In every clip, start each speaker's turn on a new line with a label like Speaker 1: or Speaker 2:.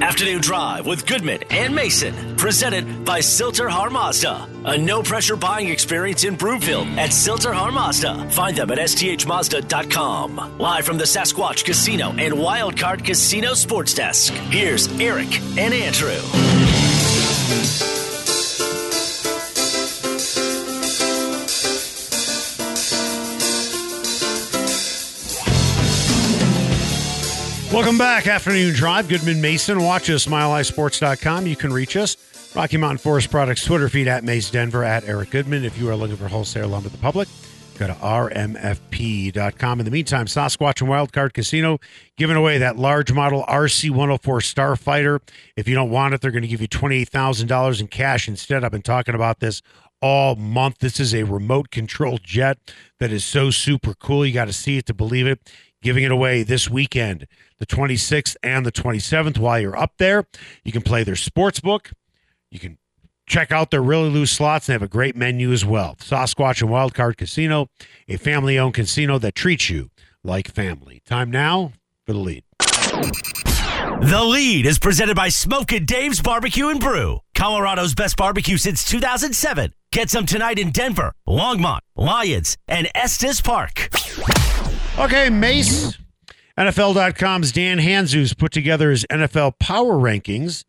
Speaker 1: Afternoon Drive with Goodman and Mason, presented by Silter Har Mazda. A no pressure buying experience in Broomfield at Silter Har Mazda. Find them at sthmazda.com. Live from the Sasquatch Casino and Wildcard Casino Sports Desk, here's Eric and Andrew.
Speaker 2: Welcome back, Afternoon Drive. Goodman Mason. Watch us, MileHighSports.com. You can reach us. Rocky Mountain Forest Products Twitter feed at Maze Denver at Eric Goodman. If you are looking for wholesale lumber to the public, go to RMFP.com. In the meantime, Sasquatch and Wildcard Casino giving away that large model RC 104 Starfighter. If you don't want it, they're going to give you $28,000 in cash instead. I've been talking about this all month. This is a remote controlled jet that is so super cool. You got to see it to believe it. Giving it away this weekend, the 26th and the 27th. While you're up there, you can play their sports book. You can check out their really loose slots. They have a great menu as well. Sasquatch and Wildcard Casino, a family owned casino that treats you like family. Time now for the lead.
Speaker 1: The lead is presented by Smokin' Dave's Barbecue and Brew, Colorado's best barbecue since 2007. Get some tonight in Denver, Longmont, Lyons, and Estes Park.
Speaker 2: Okay, Mace. NFL.com's Dan Hanzus put together his NFL power rankings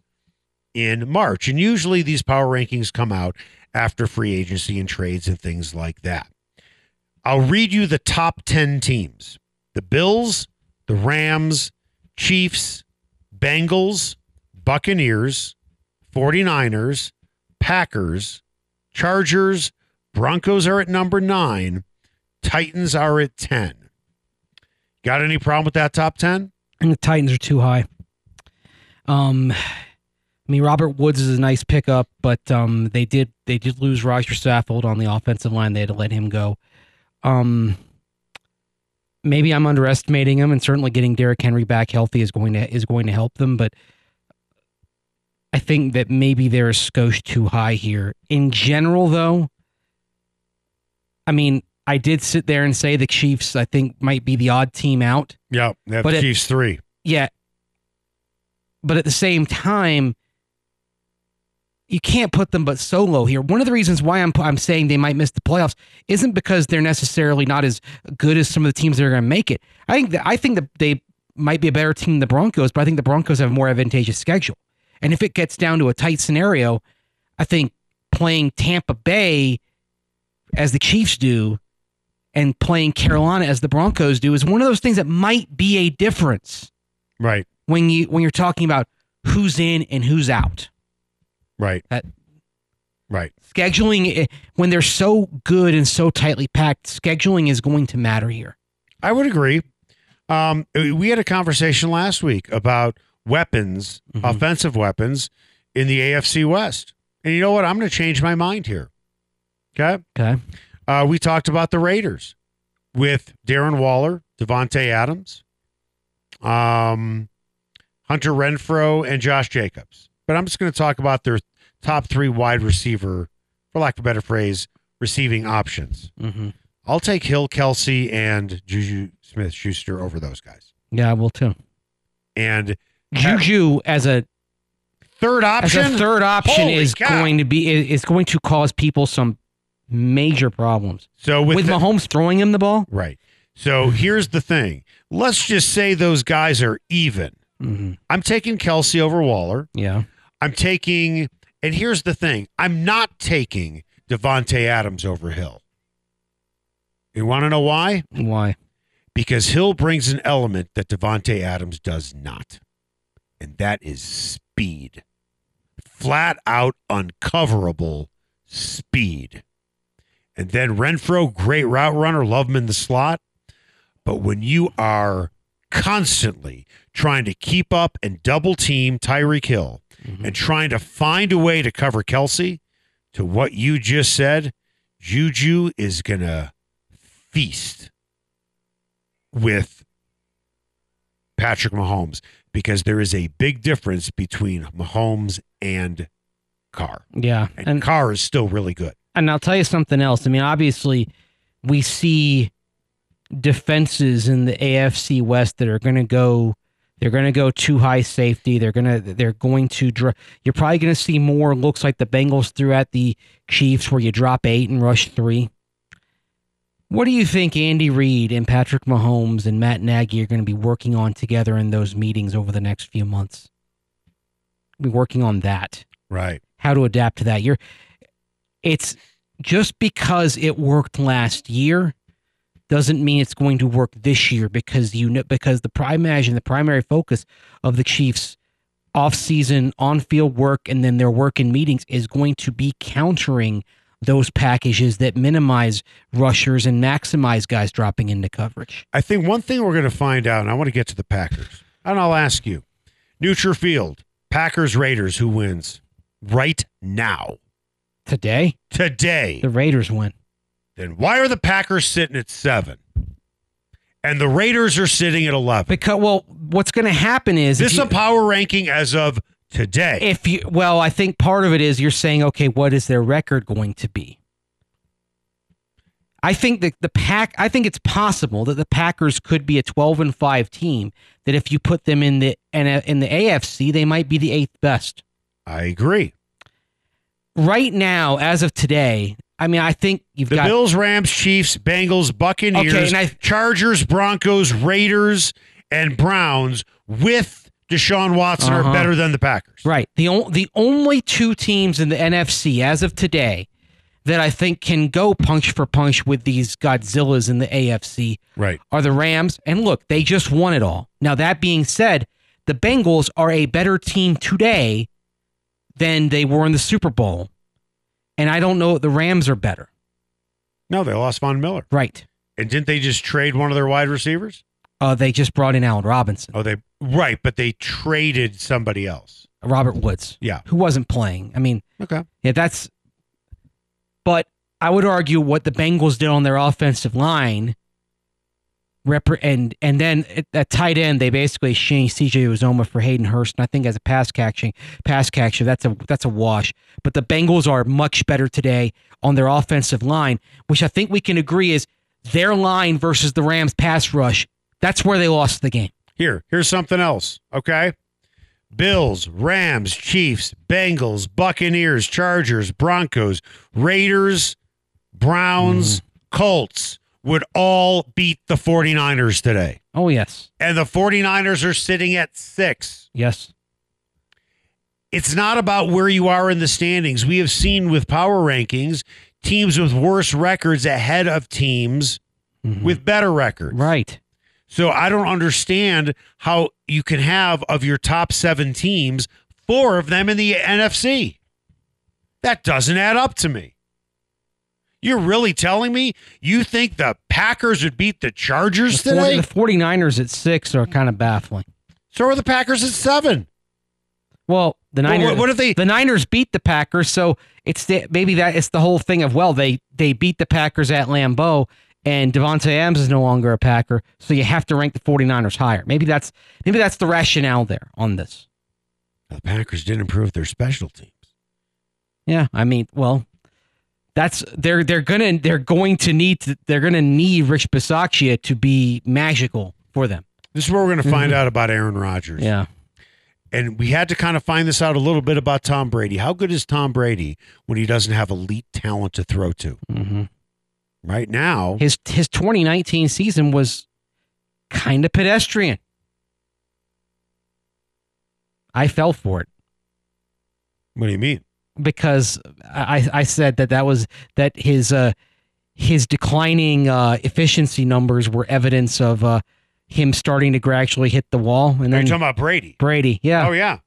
Speaker 2: in March. And usually these power rankings come out after free agency and trades and things like that. I'll read you the top 10 teams the Bills, the Rams, Chiefs, Bengals, Buccaneers, 49ers, Packers, Chargers, Broncos are at number nine, Titans are at 10. Got any problem with that top 10?
Speaker 3: And the Titans are too high. Um, I mean, Robert Woods is a nice pickup, but um, they did they did lose Roger Saffold on the offensive line. They had to let him go. Um, maybe I'm underestimating him, and certainly getting Derrick Henry back healthy is going to is going to help them. But I think that maybe they're a skosh too high here. In general, though, I mean, I did sit there and say the Chiefs. I think might be the odd team out.
Speaker 2: Yeah, yeah
Speaker 3: But
Speaker 2: the
Speaker 3: it-
Speaker 2: Chiefs three.
Speaker 3: Yeah. But at the same time, you can't put them but so low here. One of the reasons why I'm I'm saying they might miss the playoffs isn't because they're necessarily not as good as some of the teams that are going to make it. I think that I think that they might be a better team than the Broncos, but I think the Broncos have a more advantageous schedule. And if it gets down to a tight scenario, I think playing Tampa Bay as the Chiefs do and playing Carolina as the Broncos do is one of those things that might be a difference
Speaker 2: Right,
Speaker 3: when you when you're talking about who's in and who's out.
Speaker 2: right,
Speaker 3: That-
Speaker 2: right.
Speaker 3: Scheduling eh, when they're so good and so tightly packed, scheduling is going to matter here.
Speaker 2: I would agree. Um, we had a conversation last week about weapons,
Speaker 3: Mhm.
Speaker 2: offensive weapons in the AFC West. And you know what? I'm going to change my mind here. Okay.
Speaker 3: Okay.
Speaker 2: Uh, we talked about the Raiders with Darren Waller, Devontae Adams, um, Hunter Renfro, and Josh Jacobs. But I'm just going to talk about their top three wide receiver, for lack of a better phrase, receiving options.
Speaker 3: Mm-hmm.
Speaker 2: I'll take Hill, Kelsey, and Juju Smith Schuster over those guys.
Speaker 3: Yeah, I will too.
Speaker 2: And
Speaker 3: Juju as a
Speaker 2: third option,
Speaker 3: as a third option
Speaker 2: Holy
Speaker 3: is
Speaker 2: cow.
Speaker 3: going to be is is going to cause people some major problems
Speaker 2: so
Speaker 3: with,
Speaker 2: with, the-
Speaker 3: Mahomes throwing him the ball.
Speaker 2: right. So here's the thing. Let's just say those guys are even.
Speaker 3: Mm-hmm.
Speaker 2: I'm taking Kelsey over Waller.
Speaker 3: Yeah.
Speaker 2: I'm taking, and here's the thing I'm not taking Devonte Adams over Hill. You want to know why?
Speaker 3: Why?
Speaker 2: Because Hill brings an element that Devonte Adams does not, and that is speed. Flat out uncoverable speed. And then Renfro, great route runner, love him in the slot. But when you are constantly trying to keep up and double team Tyreek Hill, and trying to find a way to cover Kelsey to what you just said, Juju is going to feast with Patrick Mahomes because there is a big difference between Mahomes and Carr.
Speaker 3: Yeah.
Speaker 2: And, Carr is still really good.
Speaker 3: And I'll tell you something else. I mean, obviously, we see defenses in the AFC West that are going to go They're going to go too high safety. They're going to they're going to dr- you're probably going to see more looks like the Bengals threw at the Chiefs where you drop 8 and rush 3. What do you think Andy Reid and Patrick Mahomes and Matt Nagy are going to be working on together in those meetings over the next few months? Be working on that
Speaker 2: Right.
Speaker 3: how to adapt to that. You're it's just because it worked last year doesn't mean it's going to work this year because you know because the prime imagine the primary focus of the Chiefs off-season on-field work and then their work in meetings is going to be countering those packages that minimize rushers and maximize guys dropping into coverage.
Speaker 2: I think one thing we're going to find out, and I want to get to the Packers, and I'll ask you, Neutral Field, Packers Raiders, who wins right now
Speaker 3: Today,
Speaker 2: today?
Speaker 3: the Raiders win.
Speaker 2: Then why are the Packers sitting at seven, and the Raiders are sitting at eleven?
Speaker 3: Because well, what's going to happen is if
Speaker 2: This is
Speaker 3: you-
Speaker 2: a power ranking as of today.
Speaker 3: if you well i think part of it is you're saying okay what is their record going to be i think that the pack i think it's possible that the packers could be a 12 and 5 team that if you put them in the in, a, in the afc they might be the eighth best
Speaker 2: I agree.
Speaker 3: right now as of today i mean i think you've
Speaker 2: The
Speaker 3: got
Speaker 2: Bills, Rams, Chiefs, Bengals, Buccaneers,
Speaker 3: Okay, and I-
Speaker 2: Chargers, Broncos, Raiders, and Browns with Deshaun Watson
Speaker 3: Uh-huh.
Speaker 2: are better than the Packers.
Speaker 3: Right. The on, the only two teams in the NFC as of today that I think can go punch for punch with these Godzillas in the AFC
Speaker 2: Right.
Speaker 3: are the Rams. And look, they just won it all. Now that being said, the Bengals are a better team today than they were in the Super Bowl. And I don't know if the Rams are better.
Speaker 2: No, they lost Von Miller.
Speaker 3: Right.
Speaker 2: And didn't they just trade one of their wide receivers?
Speaker 3: Uh, they just brought in Allen Robinson,
Speaker 2: Oh, they right, but they traded somebody else.
Speaker 3: Robert Woods,
Speaker 2: Yeah.
Speaker 3: who wasn't playing. I mean,
Speaker 2: Okay.
Speaker 3: Yeah, that's. But I would argue what the Bengals did on their offensive line. Repre- and and then at, at tight end, they basically exchanged C.J. Uzoma for Hayden Hurst, and I think as a pass catching pass catcher, that's a that's a wash. But the Bengals are much better today on their offensive line, which I think we can agree is their line versus the Rams pass rush. That's where they lost the game.
Speaker 2: Here, here's something else. Okay. Bills, Rams, Chiefs, Bengals, Buccaneers, Chargers, Broncos, Raiders, Browns, Colts would all beat the 49ers today.
Speaker 3: Oh yes,
Speaker 2: And the 49ers are sitting at six.
Speaker 3: yes,
Speaker 2: It's not about where you are in the standings. We have seen with power rankings teams with worse records ahead of teams
Speaker 3: Mhm.
Speaker 2: with better records.
Speaker 3: right.
Speaker 2: So I don't understand how you can have of your top seven teams, four of them in the NFC. That doesn't add up to me. You're really telling me you think the Packers would beat the
Speaker 3: The,
Speaker 2: Chargers
Speaker 3: 40,
Speaker 2: today?
Speaker 3: the 49ers at six are kind of baffling.
Speaker 2: So are the Packers at seven.
Speaker 3: Well, the
Speaker 2: Well,
Speaker 3: Niners.
Speaker 2: what- what if they-
Speaker 3: The Niners beat the Packers, so it's the, maybe that it's the whole thing of well, they they beat the Packers at Lambeau, and Devontae Adams is no longer a Packer, so you have to rank the 49ers higher. Maybe that's maybe that's the rationale there on this.
Speaker 2: The Packers didn't improve their special teams.
Speaker 3: Yeah, I mean, well, that's they're they're gonna they're going to need to, they're gonna need Rich Bisaccia to be magical for them.
Speaker 2: This is where we're going to find out about Aaron Rodgers.
Speaker 3: Yeah,
Speaker 2: And we had to kind of find this out a little bit about Tom Brady. How good is Tom Brady when he doesn't have elite talent to throw to?
Speaker 3: hmm
Speaker 2: Right now,
Speaker 3: his his 2019 season was kind of pedestrian. I fell for it
Speaker 2: what do you mean?
Speaker 3: because I, I said that that was that his uh, his declining uh, efficiency numbers were evidence of uh, him starting to gradually hit the wall, and
Speaker 2: Are you
Speaker 3: then
Speaker 2: talking about Brady?
Speaker 3: Brady, yeah,
Speaker 2: Oh yeah.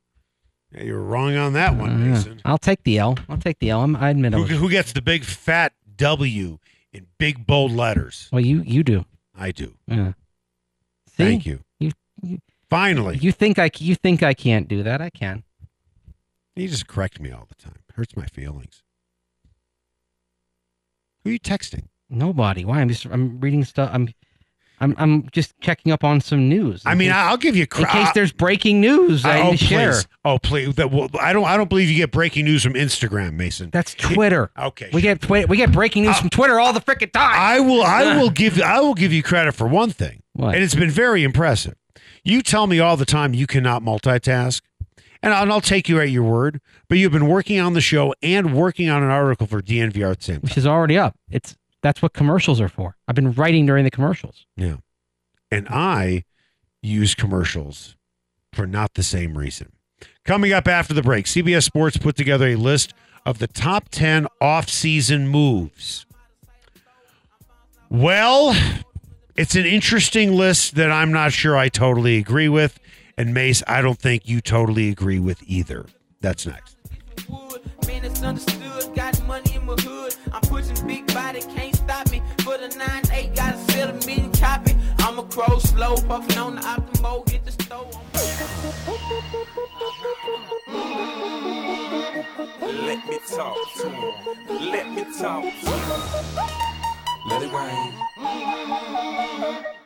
Speaker 2: Yeah, you were wrong on that one,
Speaker 3: Uh, yeah.
Speaker 2: Mason.
Speaker 3: I'll take the L. I'll take the L. I'm, I admit I
Speaker 2: Who,
Speaker 3: was-
Speaker 2: who gets the big fat W in big bold letters?
Speaker 3: Well, you you do.
Speaker 2: I do.
Speaker 3: Yeah. See?
Speaker 2: Thank you.
Speaker 3: You- you-
Speaker 2: Finally,
Speaker 3: You think I c- you think I can't do that? I can.
Speaker 2: you just correct me all the time. Hurts my feelings. Who are you texting?
Speaker 3: Nobody. Why? I'm just I'm reading stuff. I'm I'm I'm just checking up on some news.
Speaker 2: I mean,
Speaker 3: in,
Speaker 2: I- I'll give you
Speaker 3: case- in
Speaker 2: credit.
Speaker 3: case there's breaking news, I,
Speaker 2: oh,
Speaker 3: need to share.
Speaker 2: please. Oh, please. That, well, I don't. I don't believe you get breaking news from Instagram, Mason.
Speaker 3: That's Twitter.
Speaker 2: okay.
Speaker 3: We
Speaker 2: sure.
Speaker 3: get twi- we get breaking news
Speaker 2: Uh,
Speaker 3: from Twitter all the frickin' time.
Speaker 2: I will. I
Speaker 3: Ah.
Speaker 2: will give. I will give you credit for one thing,
Speaker 3: What?
Speaker 2: and it's been very impressive. You tell me all the time you cannot multitask, and I'll, and I'll take you at your word. But you've been working on the show and working on an article for DNVR at the same time.
Speaker 3: which is already up. It's that's what commercials are for. I've been writing during the commercials.
Speaker 2: and I use commercials for not the same reason. Coming up after the break, CBS Sports put together a list of the top 10 off-season moves. Well, it's an interesting list that I'm not sure I totally agree with. And Mace, I don't think you totally agree with either. That's next.
Speaker 4: wood. Man, it's understood. Got money in my hood. I'm pushing big body, can't stop me. For the 9 8, gotta sell a million copy. I'm a crow, slow, puffin' on the optimo, get the stove.
Speaker 5: Let me talk to him. Let me talk to him. Let it rain.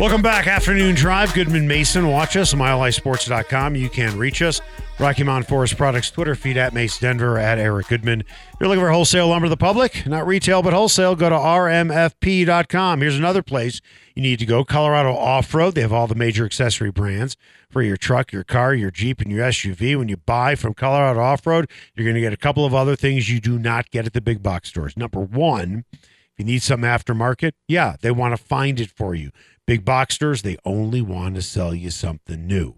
Speaker 2: Welcome back, Afternoon Drive. Goodman Mason, watch us, mylifesports.com. You can reach us. Rocky Mountain Forest Products Twitter feed at Mace Denver at Eric Goodman. If you're looking for wholesale lumber to the public, not retail but wholesale, go to rmfp.com. Here's another place you need to go Colorado Off Road. They have all the major accessory brands for your truck, your car, your Jeep, and your SUV. When you buy from Colorado Off Road, you're going to get a couple of other things you do not get at the big box stores. Number one, if you need some aftermarket, yeah, they want to find it for you. Big box stores, they only want to sell you something new.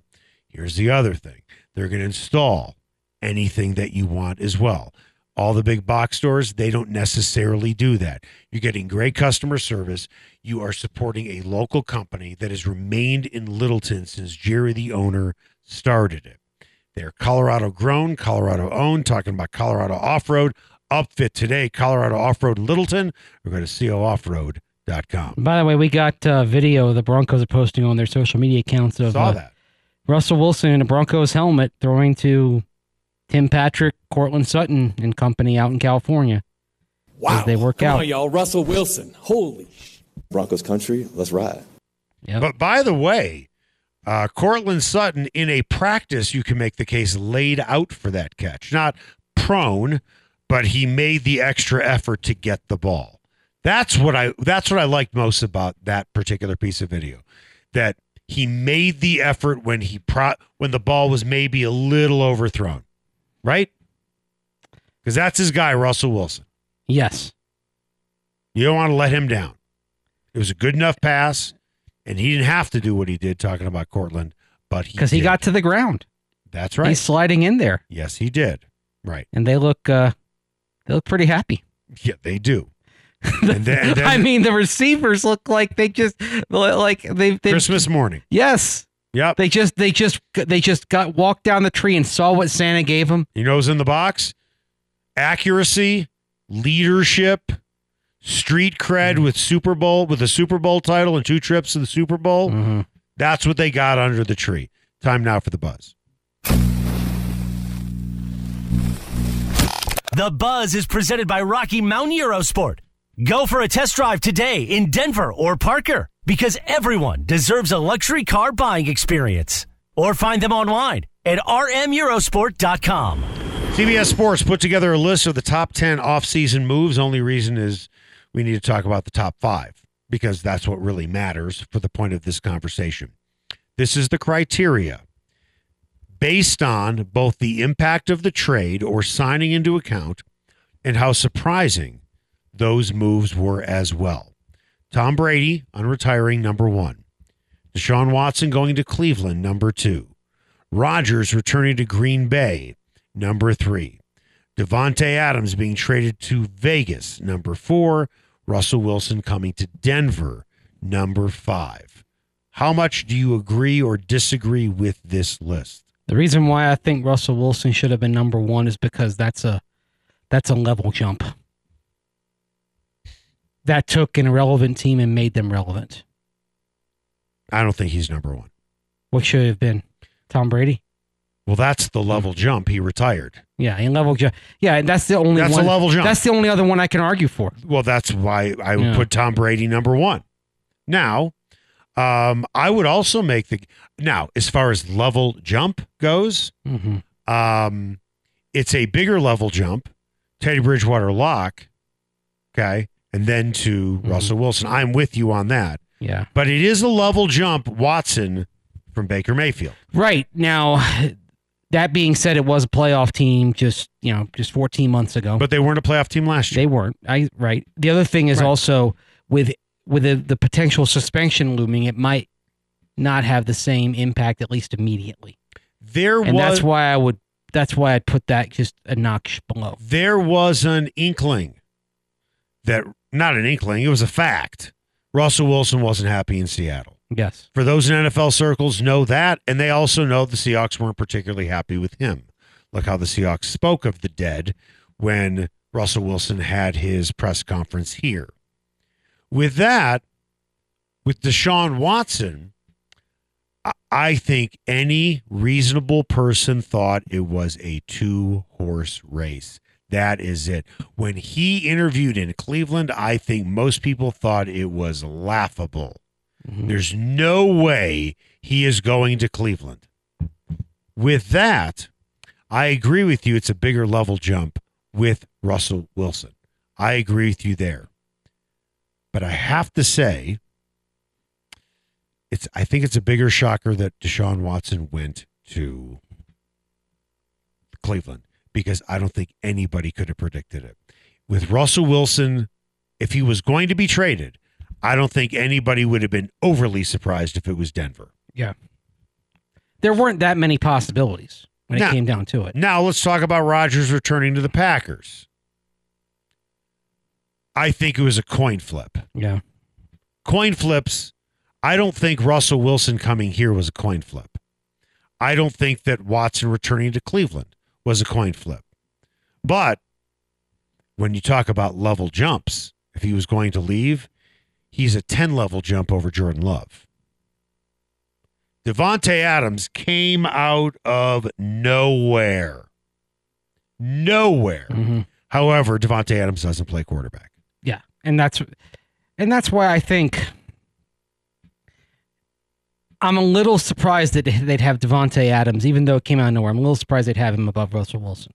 Speaker 2: Here's the other thing they're going to install anything that you want as well. All the big box stores, they don't necessarily do that. You're getting great customer service. You are supporting a local company that has remained in Littleton since Jerry, the owner, started it. They're Colorado grown, Colorado owned, talking about Colorado off road. Upfit today, Colorado off road Littleton, or go to cooffroad.com.
Speaker 3: By the way, we got uh, video the Broncos are posting on their social media accounts of
Speaker 2: Saw
Speaker 3: uh,
Speaker 2: that.
Speaker 3: Russell Wilson in a Broncos helmet throwing to Tim Patrick, Cortland Sutton, and company out in California. Wow. As they work
Speaker 6: Come
Speaker 3: out.
Speaker 6: on, y'all. Russell Wilson. Holy
Speaker 7: Broncos country, let's ride.
Speaker 3: Yep.
Speaker 2: But by the way, uh, Cortland Sutton in a practice, you can make the case laid out for that catch, not prone, but he made the extra effort to get the ball. That's what I that's what I liked most about that particular piece of video, that he made the effort when he pro- when the ball was maybe a little overthrown, right? Because that's his guy, Russell Wilson.
Speaker 3: Yes.
Speaker 2: You don't want to let him down. It was a good enough pass, and he didn't have to do what he did talking about Cortland, but he
Speaker 3: Because he
Speaker 2: did.
Speaker 3: got to the ground.
Speaker 2: that's right.
Speaker 3: He's sliding in there.
Speaker 2: yes, he did. Right.
Speaker 3: And they look uh, they look pretty happy.
Speaker 2: Yeah, they do. and then, and then
Speaker 3: I mean the receivers look like they just like they've, they've
Speaker 2: Christmas morning.
Speaker 3: Yes.
Speaker 2: Yep.
Speaker 3: They just they just they just got walked down the tree and saw what Santa gave them.
Speaker 2: You know who's in the box? Accuracy, leadership, street
Speaker 3: Mm-hmm.
Speaker 2: cred with Super Bowl with a Super Bowl title and two trips to the Super Bowl.
Speaker 3: Mm-hmm.
Speaker 2: That's what they got under the tree. Time now for the buzz.
Speaker 1: The Buzz is presented by Rocky Mountain Eurosport. Go for a test drive today in Denver or Parker because everyone deserves a luxury car buying experience. Or find them online at rmeurosport.com.
Speaker 2: CBS Sports put together a list of the top 10 offseason moves. Only reason is we need to talk about the top five because that's what really matters for the point of this conversation. This is the criteria based on both the impact of the trade or signing into account and how surprising those moves were as well. Tom Brady on retiring, number one. Deshaun Watson going to Cleveland, number two. Rodgers returning to Green Bay, number three. Devonte Adams being traded to Vegas, number four. Russell Wilson coming to Denver, number five. How much do you agree or disagree with this list?
Speaker 3: The reason why I think Russell Wilson should have been number one is because that's a that's a level jump that took an irrelevant team and made them relevant.
Speaker 2: I don't think he's number one.
Speaker 3: What should have been Tom Brady?
Speaker 2: Well, that's the level jump. He retired.
Speaker 3: Yeah, and level ju- Yeah, and that's the only
Speaker 2: That's a
Speaker 3: one.
Speaker 2: level jump.
Speaker 3: That's the only other one I can argue for.
Speaker 2: Well, that's why I would
Speaker 3: Yeah.
Speaker 2: put Tom Brady number one. Now, um, I would also make the now as far as level jump goes,
Speaker 3: Mm-hmm.
Speaker 2: um, it's a bigger level jump. Teddy Bridgewater lock, okay, and then to
Speaker 3: Mhm.
Speaker 2: Russell Wilson. I'm with you on that,
Speaker 3: Yeah.
Speaker 2: but it is a level jump. Watson from Baker Mayfield.
Speaker 3: Right now, that being said, it was a playoff team just you know just 14 months ago.
Speaker 2: But they weren't a playoff team last year.
Speaker 3: They weren't. I right. The other thing is
Speaker 2: Right.
Speaker 3: also with with the, the potential suspension looming, it might not have the same impact at least immediately.
Speaker 2: There
Speaker 3: And
Speaker 2: was
Speaker 3: that's why I would. That's why I'd put that just a notch below.
Speaker 2: there was an inkling that not an inkling, it was a fact. Russell Wilson wasn't happy in Seattle.
Speaker 3: Yes.
Speaker 2: For those in NFL circles know that, and they also know the Seahawks weren't particularly happy with him. Look how the Seahawks spoke of the dead when Russell Wilson had his press conference here. With that, with Deshaun Watson, I- I think any reasonable person thought it was a two horse race. That is it. When he interviewed in Cleveland, I think most people thought it was laughable. Mm-hmm. There's no way he is going to Cleveland. With that, I agree with you. It's a bigger level jump with Russell Wilson. I agree with you there. But I have to say, it's I think it's a bigger shocker that Deshaun Watson went to Cleveland because I don't think anybody could have predicted it. With Russell Wilson, if he was going to be traded, I don't think anybody would have been overly surprised if it was Denver.
Speaker 3: There weren't that many possibilities when
Speaker 2: No.
Speaker 3: it came down to it.
Speaker 2: Now let's talk about Rodgers returning to the Packers. I think it was a coin flip.
Speaker 3: Yeah.
Speaker 2: coin flips. I don't think Russell Wilson coming here was a coin flip. I don't think that Watson returning to Cleveland was a coin flip. But when you talk about level jumps, if he was going to leave, he's a 10 level jump over Jordan Love. Devontae Adams came out of nowhere. Nowhere.
Speaker 3: hmm
Speaker 2: However, Devontae Adams doesn't play quarterback.
Speaker 3: Yeah. And that's and that's why I think I'm a little surprised that they'd have Devonte Adams, even though it came out of nowhere. I'm a little surprised they'd have him above Russell Wilson,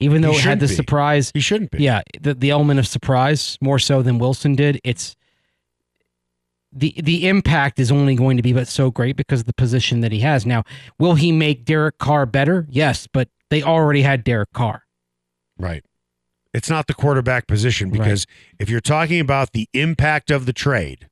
Speaker 3: even though
Speaker 2: He
Speaker 3: it had
Speaker 2: shouldn't
Speaker 3: the
Speaker 2: be.
Speaker 3: surprise.
Speaker 2: He shouldn't be.
Speaker 3: Yeah, the the element of surprise more so than Wilson did. It's the the impact is only going to be but so great because of the position that he has now. Will he make Derek Carr better? Yes, but they already had Derek Carr.
Speaker 2: Right. It's not the quarterback position
Speaker 3: Right.
Speaker 2: because if you're talking about the impact of the trade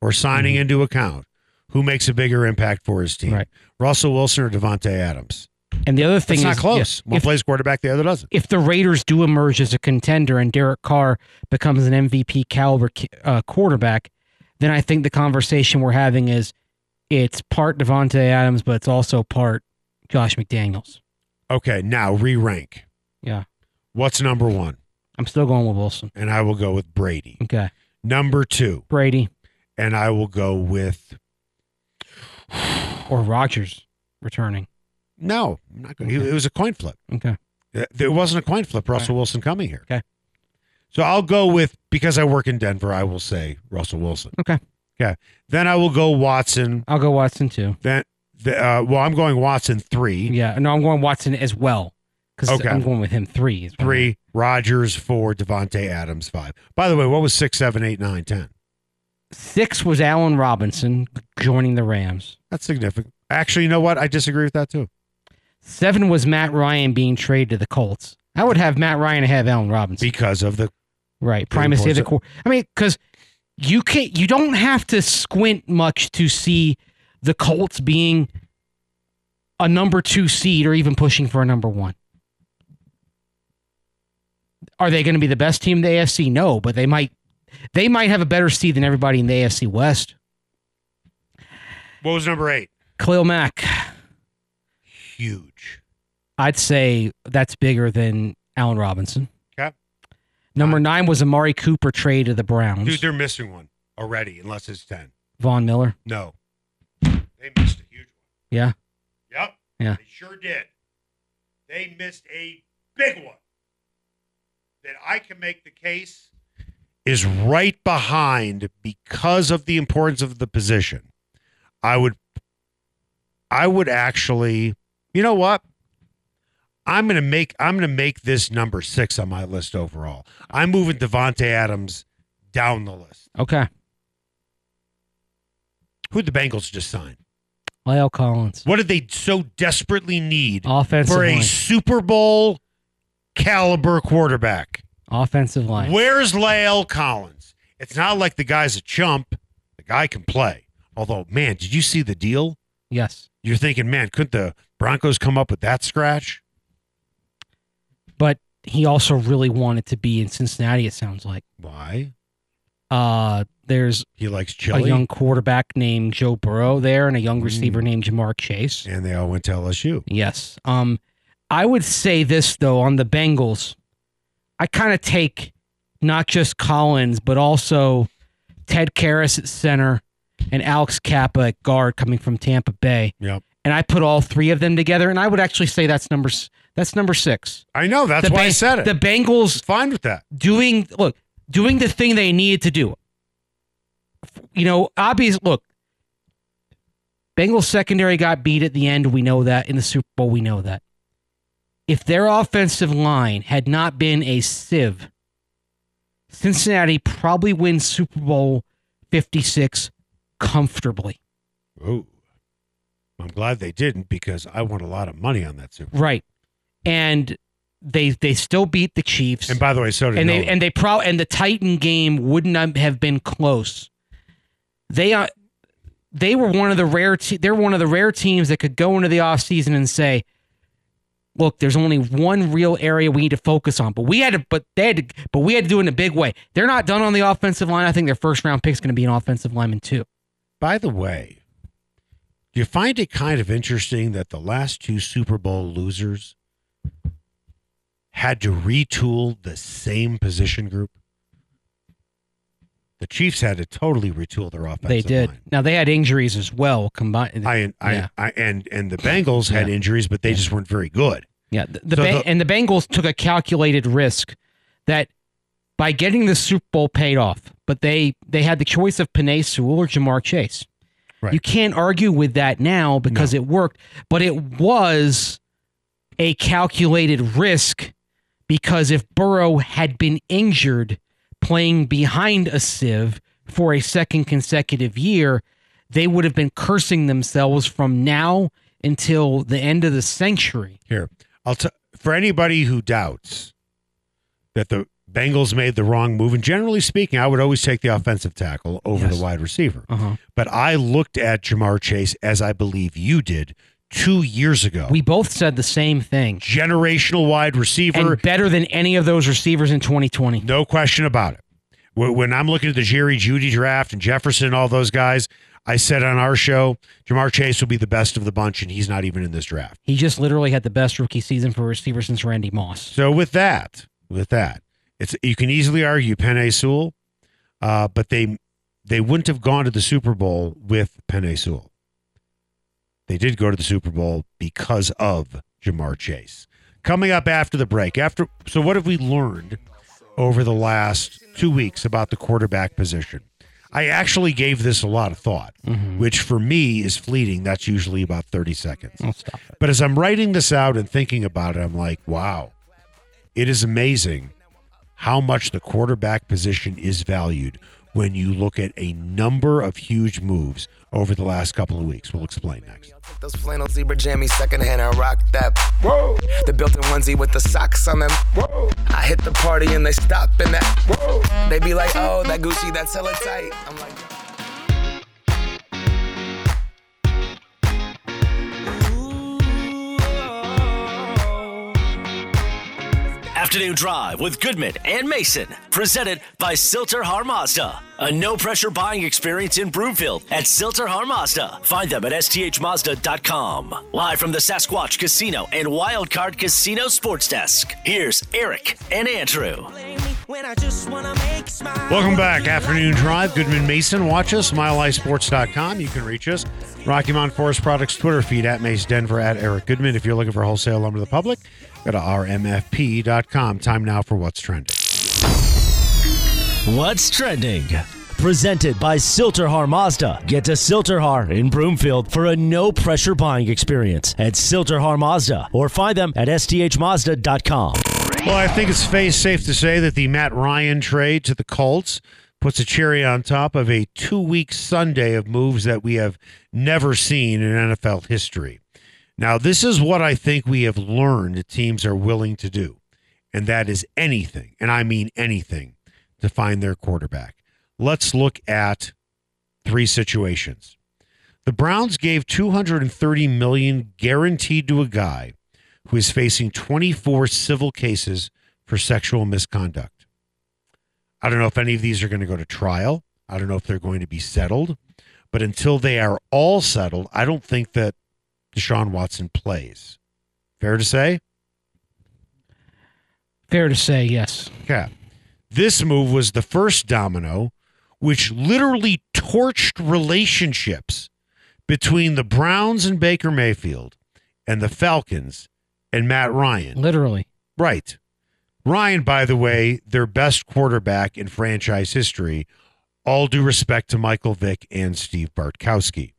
Speaker 2: or signing into account, who makes a bigger impact for his team?
Speaker 3: Mm-hmm. Right.
Speaker 2: Russell Wilson or Devontae Adams?
Speaker 3: And the other thing
Speaker 2: It's not
Speaker 3: is
Speaker 2: close.
Speaker 3: yeah,
Speaker 2: One
Speaker 3: if-
Speaker 2: plays quarterback, the other doesn't.
Speaker 3: if the Raiders do emerge as a contender and Derek Carr becomes an MVP caliber ki- uh, quarterback, then I think the conversation we're having is it's part Devonte Adams, but it's also part Josh McDaniels.
Speaker 2: Okay, now re rank.
Speaker 3: Yeah,
Speaker 2: What's number one?
Speaker 3: I'm still going with Wilson.
Speaker 2: And I will go with Brady.
Speaker 3: Okay,
Speaker 2: Number two,
Speaker 3: Brady
Speaker 2: and I will go with
Speaker 3: or Rogers returning.
Speaker 2: no. I'm not going.
Speaker 3: Okay.
Speaker 2: It was a coin flip.
Speaker 3: Okay,
Speaker 2: Uh, There wasn't a coin flip. Russell Wilson coming here.
Speaker 3: Okay.
Speaker 2: So I'll go with because I work in Denver. I will say Russell Wilson.
Speaker 3: Okay.
Speaker 2: Okay. Then I will go Watson.
Speaker 3: I'll go Watson too.
Speaker 2: Then the, uh, well, I'm going Watson three,
Speaker 3: Yeah, no, I'm going Watson as well because
Speaker 2: Okay.
Speaker 3: I'm going with him three. is what I'm-
Speaker 2: three. Rogers four. Devonte Adams five. By the way, what was six, seven, eight, nine, ten?
Speaker 3: six was Allen Robinson joining the Rams.
Speaker 2: That's significant. Actually, you know what? I disagree with that too.
Speaker 3: Seven was Matt Ryan being traded to the Colts. I would have Matt Ryan ahead of Allen Robinson.
Speaker 2: Because of the
Speaker 3: right. Primacy of the core. I mean, because you can't, you don't have to squint much to see the Colts being a number two seed or even pushing for a number one. Are they going to be the best team in the AFC? No, but they might, they might have a better seed than everybody in the AFC West.
Speaker 2: what was number eight?
Speaker 3: Khalil Mack,
Speaker 2: Huge.
Speaker 3: I'd say that's bigger than Allen Robinson.
Speaker 2: Okay.
Speaker 3: Number nine was Amari Cooper trade to the Browns.
Speaker 2: Dude, they're missing one already. Unless it's ten.
Speaker 3: Von Miller.
Speaker 2: No. They missed a huge
Speaker 3: Yeah.
Speaker 2: one. Yep.
Speaker 3: Yeah.
Speaker 2: They sure did. They missed a big one that I can make the case is right behind because of the importance of the position. I would I would actually you know what? I'm gonna make I'm gonna make this number six on my list overall. I'm moving Devonte Adams down the list.
Speaker 3: Okay.
Speaker 2: Who the Bengals just signed?
Speaker 3: Lyle Collins.
Speaker 2: What did they so desperately need
Speaker 3: Offensive
Speaker 2: for
Speaker 3: line.
Speaker 2: a Super Bowl caliber quarterback?
Speaker 3: Offensive line.
Speaker 2: Where's Lael Collins? It's not like the guy's a chump. The guy can play. Although, man, did you see the deal?
Speaker 3: Yes.
Speaker 2: You're thinking, man, couldn't the Broncos come up with that scratch?
Speaker 3: But he also really wanted to be in Cincinnati, it sounds like.
Speaker 2: Why?
Speaker 3: Uh, there's
Speaker 2: He likes
Speaker 3: a
Speaker 2: chili.
Speaker 3: young quarterback named Joe Burrow there and a
Speaker 2: Mm.
Speaker 3: young receiver named Jamar Chase.
Speaker 2: and they all went to LSU.
Speaker 3: Yes. Um, I would say this though on the Bengals, I kind of take not just Collins but also Ted Karras at center and Alex Kappa at guard coming from Tampa Bay,
Speaker 2: Yep.
Speaker 3: and I put all three of them together, and I would actually say that's number s- that's number six.
Speaker 2: I know. That's
Speaker 3: The
Speaker 2: why I
Speaker 3: Ban-
Speaker 2: said it.
Speaker 3: The Bengals
Speaker 2: Fine with that.
Speaker 3: doing look doing the thing they needed to do. You know, obvious. Look, Bengals secondary got beat at the end. We know that in the Super Bowl. We know that. If their offensive line had not been a sieve, Cincinnati probably wins Super Bowl fifty six comfortably.
Speaker 2: Ooh. I'm glad they didn't because I won a lot of money on that Super. Bowl.
Speaker 3: Right, and they they still beat the Chiefs.
Speaker 2: And by the way, so did
Speaker 3: and they
Speaker 2: Nolan.
Speaker 3: and they pro and the Titan game would not have been close. They are they were one of the rare te- they're one of the rare teams that could go into the offseason and say, look, there's only one real area we need to focus on. But we had to but they had to but we had to do it in a big way. They're not done on the offensive line. I think their first round pick is going to be an offensive lineman too.
Speaker 2: By the way, do you find it kind of interesting that the last two Super Bowl losers had to retool the same position group? The Chiefs had to totally retool their offensive
Speaker 3: they did.
Speaker 2: line.
Speaker 3: Now they had injuries as well combined.
Speaker 2: I, I,
Speaker 3: Yeah.
Speaker 2: I, and and the Bengals had
Speaker 3: Yeah.
Speaker 2: injuries, but they just weren't very good.
Speaker 3: Yeah, the, the,
Speaker 2: So
Speaker 3: Ba-
Speaker 2: the-
Speaker 3: and the Bengals took a calculated risk that by getting the Super Bowl paid off, but they they had the choice of Panay Sewell or Jamar Chase.
Speaker 2: Right.
Speaker 3: You can't argue with that now because it worked, but it was a calculated risk because if Burrow had been injured playing behind a sieve for a second consecutive year, they would have been cursing themselves from now until the end of the century.
Speaker 2: Here, I'll t- for anybody who doubts that the Bengals made the wrong move. And generally speaking, I would always take the offensive tackle over
Speaker 3: Yes.
Speaker 2: the wide receiver.
Speaker 3: Uh-huh.
Speaker 2: but I looked at Jamar Chase as I believe you did two years ago.
Speaker 3: We both said the same thing.
Speaker 2: generational wide receiver,
Speaker 3: And better than any of those receivers in 2020.
Speaker 2: no question about it. Wh- When I'm looking at the Jerry Judy draft and Jefferson, and all those guys, I said on our show, Jamar Chase will be the best of the bunch, and he's not even in this draft.
Speaker 3: He just literally had the best rookie season for a receiver since Randy Moss.
Speaker 2: So with that, with that, it's you can easily argue Penny Sewell, uh, but they they wouldn't have gone to the Super Bowl with Penny Sewell. They did go to the Super Bowl because of Jamar Chase. Coming up after the break, after so what have we learned over the last two weeks about the quarterback position? I actually gave this a lot of thought,
Speaker 3: Mm-hmm.
Speaker 2: which for me is fleeting. That's usually about thirty seconds.
Speaker 3: Oh, stop it.
Speaker 2: But as I'm writing this out and thinking about it, I'm like, wow, it is amazing how much the quarterback position is valued when you look at a number of huge moves over the last couple of weeks. We'll explain next.
Speaker 8: Those flannel zebra jammies secondhand and rock that. Whoa. The built-in onesie with the socks on them. Whoa. I hit the party and they stop in that. Whoa. They be like, oh, that Gucci, that's hella tight. I'm like.
Speaker 1: Afternoon Drive with Goodman and Mason, presented by Silter Har Mazda. A no pressure buying experience in Broomfield at Silter Har Mazda. Find them at sthmazda.com. Live from the Sasquatch Casino and Wildcard Casino Sports Desk. Here's Eric and Andrew.
Speaker 2: Welcome back, Afternoon Drive. Goodman Mason. Watch us, mileysports.com. You can reach us Rocky Mountain Forest Products Twitter feed at Mace Denver at Eric Goodman. If you're looking for wholesale lumber to the public, go to rmfp.com. Time now for what's trending.
Speaker 1: What's trending? Presented by Silterhar Mazda. Get to Silterhar in Broomfield for a no pressure buying experience at Silterhar Mazda or find them at sthmazda.com.
Speaker 2: Well, I think it's face safe to say that the Matt Ryan trade to the Colts puts a cherry on top of a two week Sunday of moves that we have never seen in NFL history. Now, this is what I think we have learned that teams are willing to do, and that is anything, and I mean anything, to find their quarterback. Let's look at three situations. The Browns gave 230 million guaranteed to a guy who is facing 24 civil cases for sexual misconduct. I don't know if any of these are going to go to trial. I don't know if they're going to be settled. But until they are all settled, I don't think that Deshaun Watson plays. Fair to say?
Speaker 3: Fair to say, yes.
Speaker 2: Yeah. This move was the first domino, which literally torched relationships between the Browns and Baker Mayfield and the Falcons and Matt Ryan.
Speaker 3: Literally.
Speaker 2: Right. Ryan, by the way, their best quarterback in franchise history. All due respect to Michael Vick and Steve Bartkowski.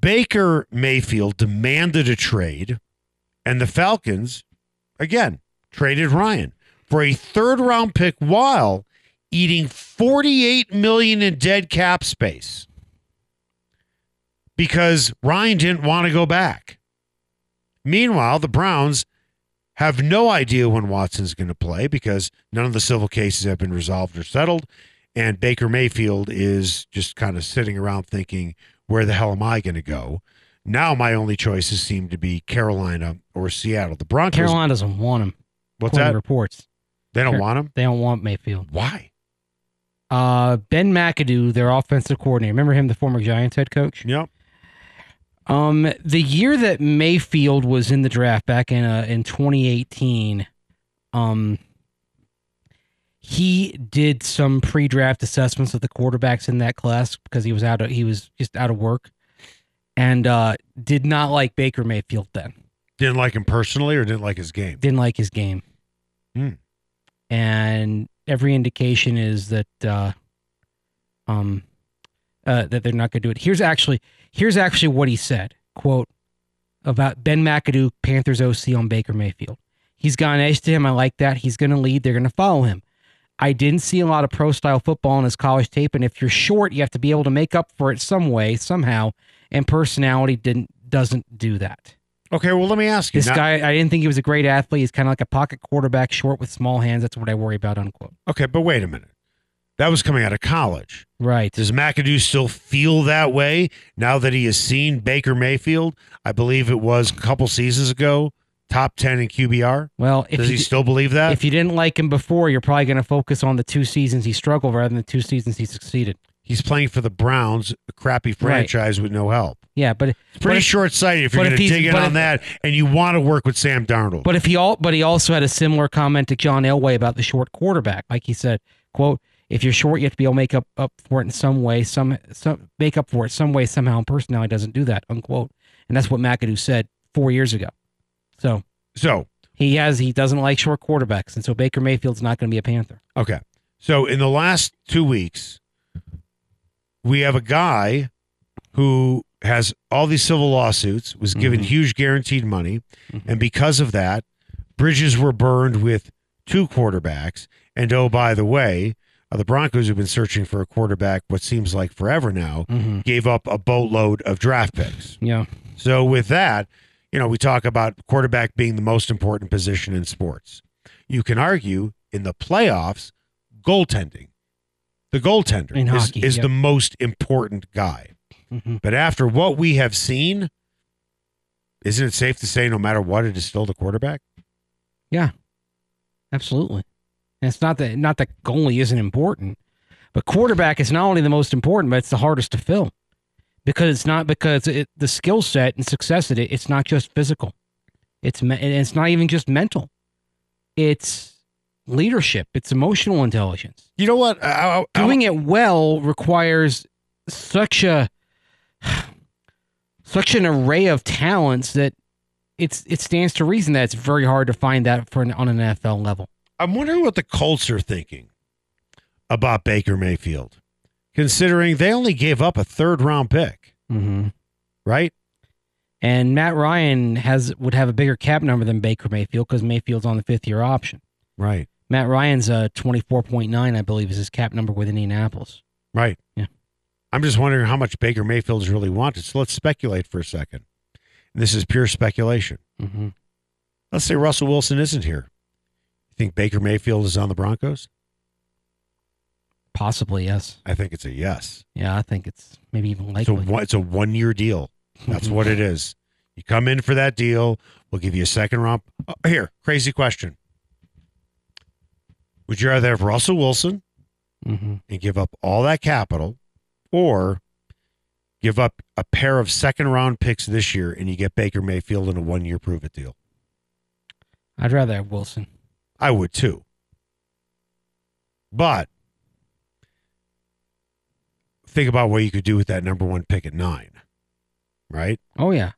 Speaker 2: Baker Mayfield demanded a trade, and the Falcons, again, traded Ryan for a third round pick while eating 48 million in dead cap space because Ryan didn't want to go back. Meanwhile, the Browns have no idea when Watson's going to play because none of the civil cases have been resolved or settled. And Baker Mayfield is just kind of sitting around thinking, where the hell am I going to go? Now my only choices seem to be Carolina or Seattle. The Broncos.
Speaker 3: Carolina doesn't want him.
Speaker 2: what's
Speaker 3: according to
Speaker 2: that?
Speaker 3: Reports.
Speaker 2: They don't want him.
Speaker 3: They don't want Mayfield.
Speaker 2: Why?
Speaker 3: Uh, ben McAdoo, their offensive coordinator. Remember him, the former Giants head coach?
Speaker 2: Yep.
Speaker 3: Um, the year that Mayfield was in the draft back in uh, in 2018, um, he did some pre-draft assessments of the quarterbacks in that class because he was out of he was just out of work, and uh, did not like Baker Mayfield then.
Speaker 2: Didn't like him personally, or didn't like his game.
Speaker 3: Didn't like his game,
Speaker 2: Hmm.
Speaker 3: and every indication is that uh, um, uh, that they're not going to do it. Here's actually here's actually what he said quote about Ben McAdoo, Panthers OC on Baker Mayfield. He's gone edge to him. I like that. He's going to lead. They're going to follow him. I didn't see a lot of pro style football in his college tape, and if you're short, you have to be able to make up for it some way, somehow. And personality didn't doesn't do that.
Speaker 2: Okay, well let me ask you.
Speaker 3: This
Speaker 2: now-
Speaker 3: guy, I didn't think he was a great athlete. He's kind of like a pocket quarterback, short with small hands. That's what I worry about. Unquote.
Speaker 2: Okay, but wait a minute. That was coming out of college.
Speaker 3: Right.
Speaker 2: Does McAdoo still feel that way now that he has seen Baker Mayfield? I believe it was a couple seasons ago, top ten in QBR.
Speaker 3: Well, if
Speaker 2: Does
Speaker 3: you,
Speaker 2: he still believe that?
Speaker 3: if you didn't like him before, you're probably going to focus on the two seasons he struggled rather than the two seasons he succeeded.
Speaker 2: He's playing for the Browns, a crappy franchise with no help.
Speaker 3: Yeah, but but
Speaker 2: Pretty
Speaker 3: if-
Speaker 2: short sighted if you're
Speaker 3: but
Speaker 2: going
Speaker 3: if
Speaker 2: to
Speaker 3: he's-
Speaker 2: dig in
Speaker 3: but
Speaker 2: on
Speaker 3: if-
Speaker 2: that, and you want to work with Sam Darnold.
Speaker 3: But if he all, but he also had a similar comment to John Elway about the short quarterback. Like he said, "quote If you're short, you have to be able to make up, up for it in some way. Some some make up for it some way somehow. And personality doesn't do that." Unquote. And that's what McAdoo said four years ago. So
Speaker 2: so
Speaker 3: he has he doesn't like short quarterbacks, and so Baker Mayfield's not going to be a Panther.
Speaker 2: Okay. So in the last two weeks, we have a guy who has all these civil lawsuits, was given huge guaranteed money, and because of that, bridges were burned with two quarterbacks. And oh, by the way, uh, the Broncos have been searching for a quarterback what seems like forever now,
Speaker 3: Mm-hmm.
Speaker 2: gave up a boatload of draft picks.
Speaker 3: Yeah.
Speaker 2: So with that, you know, we talk about quarterback being the most important position in sports. You can argue in the playoffs, goaltending. The goaltender
Speaker 3: In
Speaker 2: is,
Speaker 3: hockey,
Speaker 2: is
Speaker 3: yep.
Speaker 2: the most important guy.
Speaker 3: Mm-hmm.
Speaker 2: But after what we have seen, isn't it safe to say no matter what, it is still the quarterback?
Speaker 3: Absolutely. And it's not that not that goalie isn't important, but quarterback is not only the most important, but it's the hardest to fill because it's not because it, the skill set and success at it. It's not just physical. It's me- and it's not even just mental. It's leadership. It's emotional intelligence
Speaker 2: You know what? I, I- I-
Speaker 3: doing it well requires such a such an array of talents that it's it stands to reason that it's very hard to find that for an, on an NFL level.
Speaker 2: I'm wondering what the Colts are thinking about Baker Mayfield, considering they only gave up a third round pick,
Speaker 3: Mm-hmm.
Speaker 2: right?
Speaker 3: And Matt Ryan has would have a bigger cap number than Baker Mayfield because Mayfield's on the fifth year option.
Speaker 2: Right.
Speaker 3: Matt Ryan's uh, 24.9, I believe, is his cap number with Indianapolis.
Speaker 2: Right.
Speaker 3: Yeah.
Speaker 2: I'm just wondering how much Baker Mayfield's really wanted. So let's speculate for a second. This is pure speculation.
Speaker 3: Mm-hmm.
Speaker 2: Let's say Russell Wilson isn't here. You think Baker Mayfield is on the Broncos?
Speaker 3: Possibly, yes.
Speaker 2: I think it's a yes.
Speaker 3: Yeah, I think it's maybe even
Speaker 2: It's a,
Speaker 3: likely.
Speaker 2: one- it's a one year deal. That's what it is. You come in for that deal, we'll give you a second round. Oh, here, crazy question. Would you rather have Russell Wilson
Speaker 3: hmm
Speaker 2: and give up all that capital or give up a pair of second round picks this year and you get Baker Mayfield in a one year prove it deal?
Speaker 3: I'd rather have Wilson.
Speaker 2: I would too. But think about what you could do with that number one pick at nine, right?
Speaker 3: Oh yeah,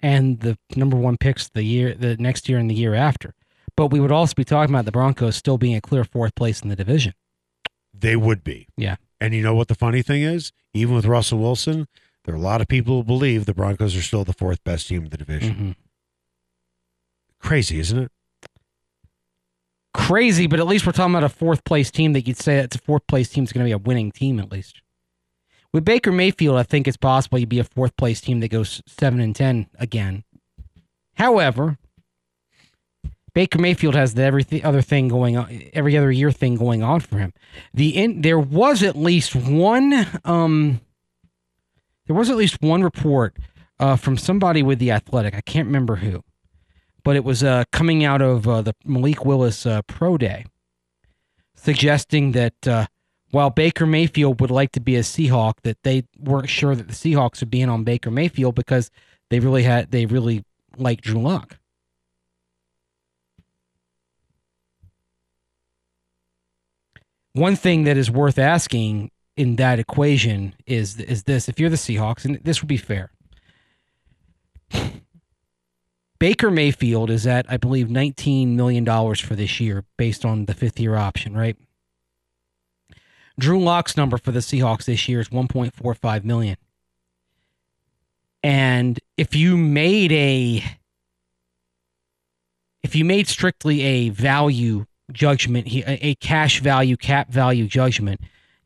Speaker 3: and the number one picks the year, the next year, and the year after. But we would also be talking about the Broncos still being a clear fourth place in the division.
Speaker 2: They would be.
Speaker 3: Yeah.
Speaker 2: And you know what the funny thing is? Even with Russell Wilson, there are a lot of people who believe the Broncos are still the fourth best team in the division.
Speaker 3: Mhm.
Speaker 2: Crazy, isn't it?
Speaker 3: Crazy, but at least we're talking about a fourth place team that you'd say that's a fourth place team is going to be a winning team at least. With Baker Mayfield, I think it's possible you'd be a fourth place team that goes seven and ten again. However, Baker Mayfield has the every th- other thing going on, every other year thing going on for him. The in, there was at least one, um, there was at least one report uh, from somebody with the Athletic. I can't remember who, but it was uh, coming out of uh, the Malik Willis uh, pro day, suggesting that uh, while Baker Mayfield would like to be a Seahawk, that they weren't sure that the Seahawks would be in on Baker Mayfield because they really had they really liked Drew Lock. One thing that is worth asking in that equation is is this: if you're the Seahawks, and this would be fair, Baker Mayfield is at, I believe, $19 million for this year based on the fifth year option, right? Drew Locke's number for the Seahawks this year is 1.45 million. And if you made a if you made strictly a value judgment, he- a a cash value, cap value judgment,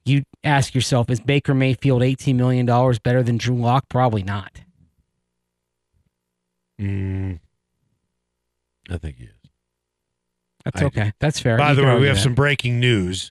Speaker 3: you ask yourself, is Baker Mayfield $18 million better than Drew Lock? Probably not.
Speaker 2: Mm, I think he is.
Speaker 3: That's
Speaker 2: I-
Speaker 3: okay. That's fair.
Speaker 2: By
Speaker 3: You
Speaker 2: the
Speaker 3: can
Speaker 2: way, we
Speaker 3: argue
Speaker 2: have
Speaker 3: that.
Speaker 2: some breaking news.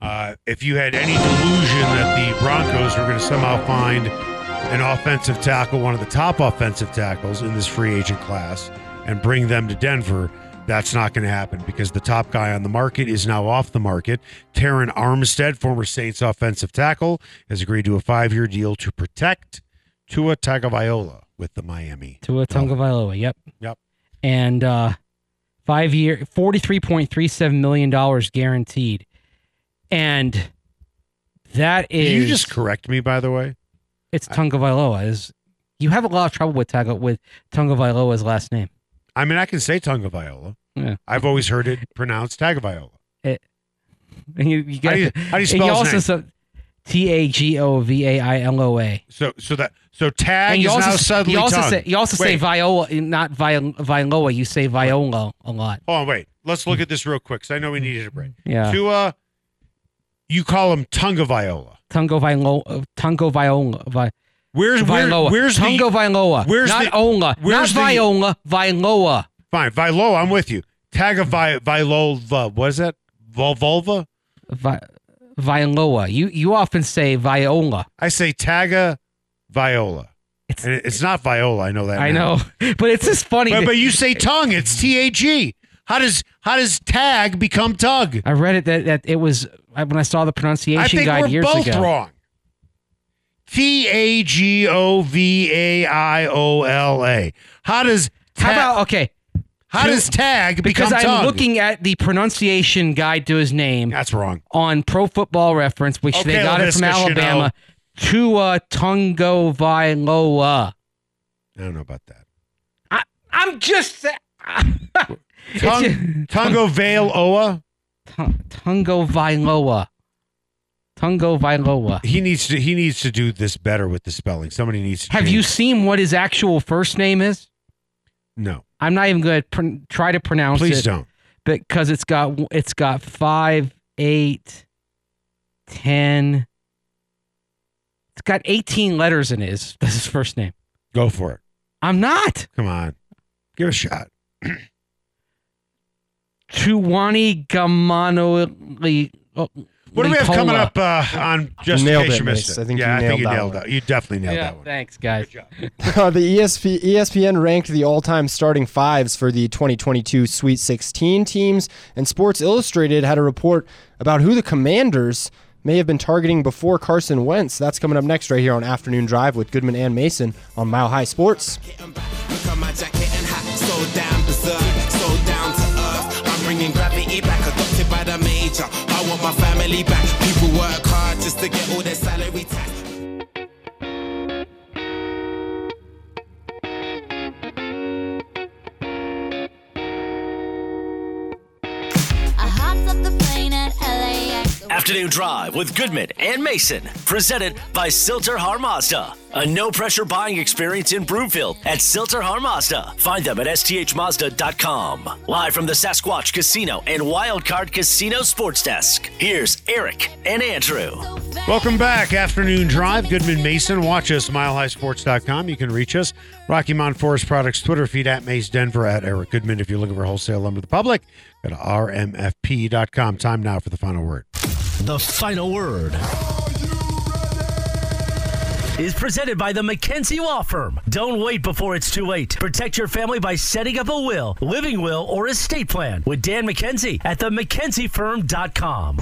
Speaker 2: Uh, if you had any delusion that the Broncos were going to somehow find an offensive tackle, one of the top offensive tackles in this free agent class, and bring them to Denver, that's not going to happen because the top guy on the market is now off the market. Taryn Armstead, former Saints offensive tackle, has agreed to a five year deal to protect Tua Tagovailoa with the Miami.
Speaker 3: Tua Tagovailoa. Yep.
Speaker 2: Yep.
Speaker 3: And uh, five year, forty three point three seven million dollars guaranteed, and that
Speaker 2: Did
Speaker 3: is
Speaker 2: you just correct me, by the way?
Speaker 3: it's Tagovailoa. Is you have a lot of trouble with Tago with Tagovailoa's last name.
Speaker 2: I mean, I can say Tagovailoa.
Speaker 3: Yeah.
Speaker 2: I've always heard it pronounced Tagovailoa.
Speaker 3: And you, you
Speaker 2: How
Speaker 3: got
Speaker 2: do you-
Speaker 3: to-
Speaker 2: how do you spell
Speaker 3: and
Speaker 2: his name?
Speaker 3: T a g o v a i l o a.
Speaker 2: So so that so tag
Speaker 3: And you
Speaker 2: is
Speaker 3: also
Speaker 2: now
Speaker 3: s-
Speaker 2: suddenly
Speaker 3: you also
Speaker 2: tongue.
Speaker 3: say you also say
Speaker 2: Wait.
Speaker 3: Viola, not Viol- Viola. You say Viola a lot.
Speaker 2: Hold on, wait. Let's look at this real quick because I know we needed a break.
Speaker 3: Yeah.
Speaker 2: Tua, you call him Tunga Viola.
Speaker 3: Tungo Viola. Tungo Viola. Vi-
Speaker 2: Where's where,
Speaker 3: Viola.
Speaker 2: where's
Speaker 3: Tungo
Speaker 2: the,
Speaker 3: Viola.
Speaker 2: where's
Speaker 3: not
Speaker 2: the-
Speaker 3: Ola.
Speaker 2: where's the-
Speaker 3: not Viola. Viola.
Speaker 2: fine Viola? I'm with you. Tagovailoa. What is that? Vol- vulva?
Speaker 3: Vi- Viola. You you often say Viola.
Speaker 2: I say Taga Viola.
Speaker 3: It's-
Speaker 2: and it- it's not Viola. I know that.
Speaker 3: I
Speaker 2: now.
Speaker 3: know, but it's just funny.
Speaker 2: But,
Speaker 3: that-
Speaker 2: but you say tongue. It's T A G. How does how does tag become tug?
Speaker 3: I read it that, that it was I- when I saw the pronunciation
Speaker 2: I think
Speaker 3: guide
Speaker 2: we're
Speaker 3: years
Speaker 2: both
Speaker 3: ago.
Speaker 2: wrong. T A G O V A I O L A. How does ta-
Speaker 3: How about okay?
Speaker 2: how does tag
Speaker 3: Because
Speaker 2: become
Speaker 3: I'm
Speaker 2: tongue?
Speaker 3: looking at the pronunciation guide to his name
Speaker 2: That's wrong.
Speaker 3: on Pro Football Reference, which
Speaker 2: Okay,
Speaker 3: they got it from
Speaker 2: LaVisca Chenault.
Speaker 3: Alabama. Tua Tungo Viola.
Speaker 2: I don't know about that.
Speaker 3: I, I'm just. sa- It's
Speaker 2: Tung,
Speaker 3: ju-
Speaker 2: Tungo Vale Oa.
Speaker 3: Tung- Tungo Vailoa. Tungo Vailoa.
Speaker 2: He needs to he needs to do this better with the spelling. Somebody needs to
Speaker 3: Have
Speaker 2: change-
Speaker 3: you seen what his actual first name is?
Speaker 2: No.
Speaker 3: I'm not even going to pr- try to pronounce
Speaker 2: Please
Speaker 3: it
Speaker 2: don't.
Speaker 3: because it's got it's got five, eight, ten. It's got 18 letters in it. Is that's his first name?
Speaker 2: Go for it.
Speaker 3: I'm not
Speaker 2: Come on. Give it a shot.
Speaker 3: Chuwani Gamanoli. oh,
Speaker 2: What do we have coming up uh, on
Speaker 9: Nailed it,
Speaker 2: Justification
Speaker 9: Mace.
Speaker 2: Missed It?
Speaker 9: I think
Speaker 2: yeah,
Speaker 9: you
Speaker 2: I think
Speaker 9: nailed
Speaker 2: you
Speaker 9: that
Speaker 2: nailed
Speaker 9: one.
Speaker 2: that. You definitely nailed
Speaker 3: Yeah,
Speaker 2: that one.
Speaker 3: thanks, guys.
Speaker 9: Uh, the E ESP, ESPN ranked the all-time starting fives for the 2022 Sweet 16 teams, and Sports Illustrated had a report about who the Commanders may have been targeting before Carson Wentz. That's coming up next right here on Afternoon Drive with Goodman and Mason on Mile High Sports.
Speaker 5: Look at my jacket and hat, so damn berserk, so down to earth. I'm bringing gravity back, adopted by the major. I want my family back. People work hard just to get all their salary tax.
Speaker 10: I hopped off the plane at LAX.
Speaker 1: Afternoon Drive with Goodman and Mason, presented by Silter Har Mazda. A no pressure buying experience in Broomfield at Silter Har Mazda. Find them at sthmazda.com. Live from the Sasquatch Casino and Wildcard Casino Sports Desk. Here's Eric and Andrew.
Speaker 2: Welcome back, Afternoon Drive. Goodman Mason. Watch us, milehighsports.com. You can reach us. Rocky Mountain Forest Products Twitter feed at Mace Denver at Eric Goodman. If you're looking for wholesale lumber to the public, go to rmfp.com. Time now for the final word.
Speaker 1: The final word is presented by the McKenzie Law Firm. Don't wait before it's too late. Protect your family by setting up a will, living will, or estate plan with Dan McKenzie at the McKenzieFirm.com.